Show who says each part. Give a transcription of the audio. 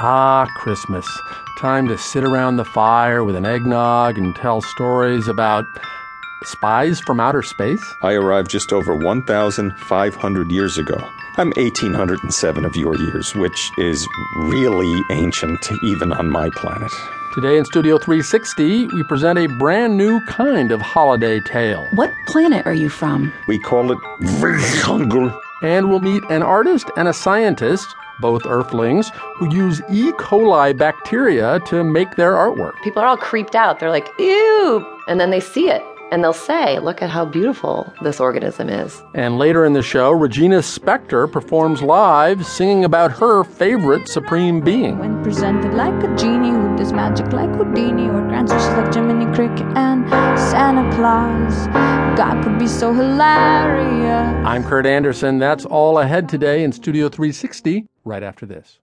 Speaker 1: Ah, Christmas. Time to sit around the fire with an eggnog and tell stories about spies from outer space?
Speaker 2: I arrived just over 1,500 years ago. I'm 1807 of your years, which is really ancient, even on my planet.
Speaker 1: Today in Studio 360, we present a brand new kind of holiday tale.
Speaker 3: What planet are you from?
Speaker 2: We call it Vrhungul.
Speaker 1: And we'll meet an artist and a scientist, both Earthlings, who use E. coli bacteria to make their artwork.
Speaker 4: People are all creeped out. They're like, ew. And then they see it and they'll say, look at how beautiful this organism is.
Speaker 1: And later in the show, Regina Spektor performs live singing about her favorite supreme being.
Speaker 5: When presented like a genie who does magic like Houdini or grants wishes like Jiminy Cricket and Santa Claus, God could be so hilarious.
Speaker 1: I'm Kurt Anderson. That's all ahead today in Studio 360, right after this.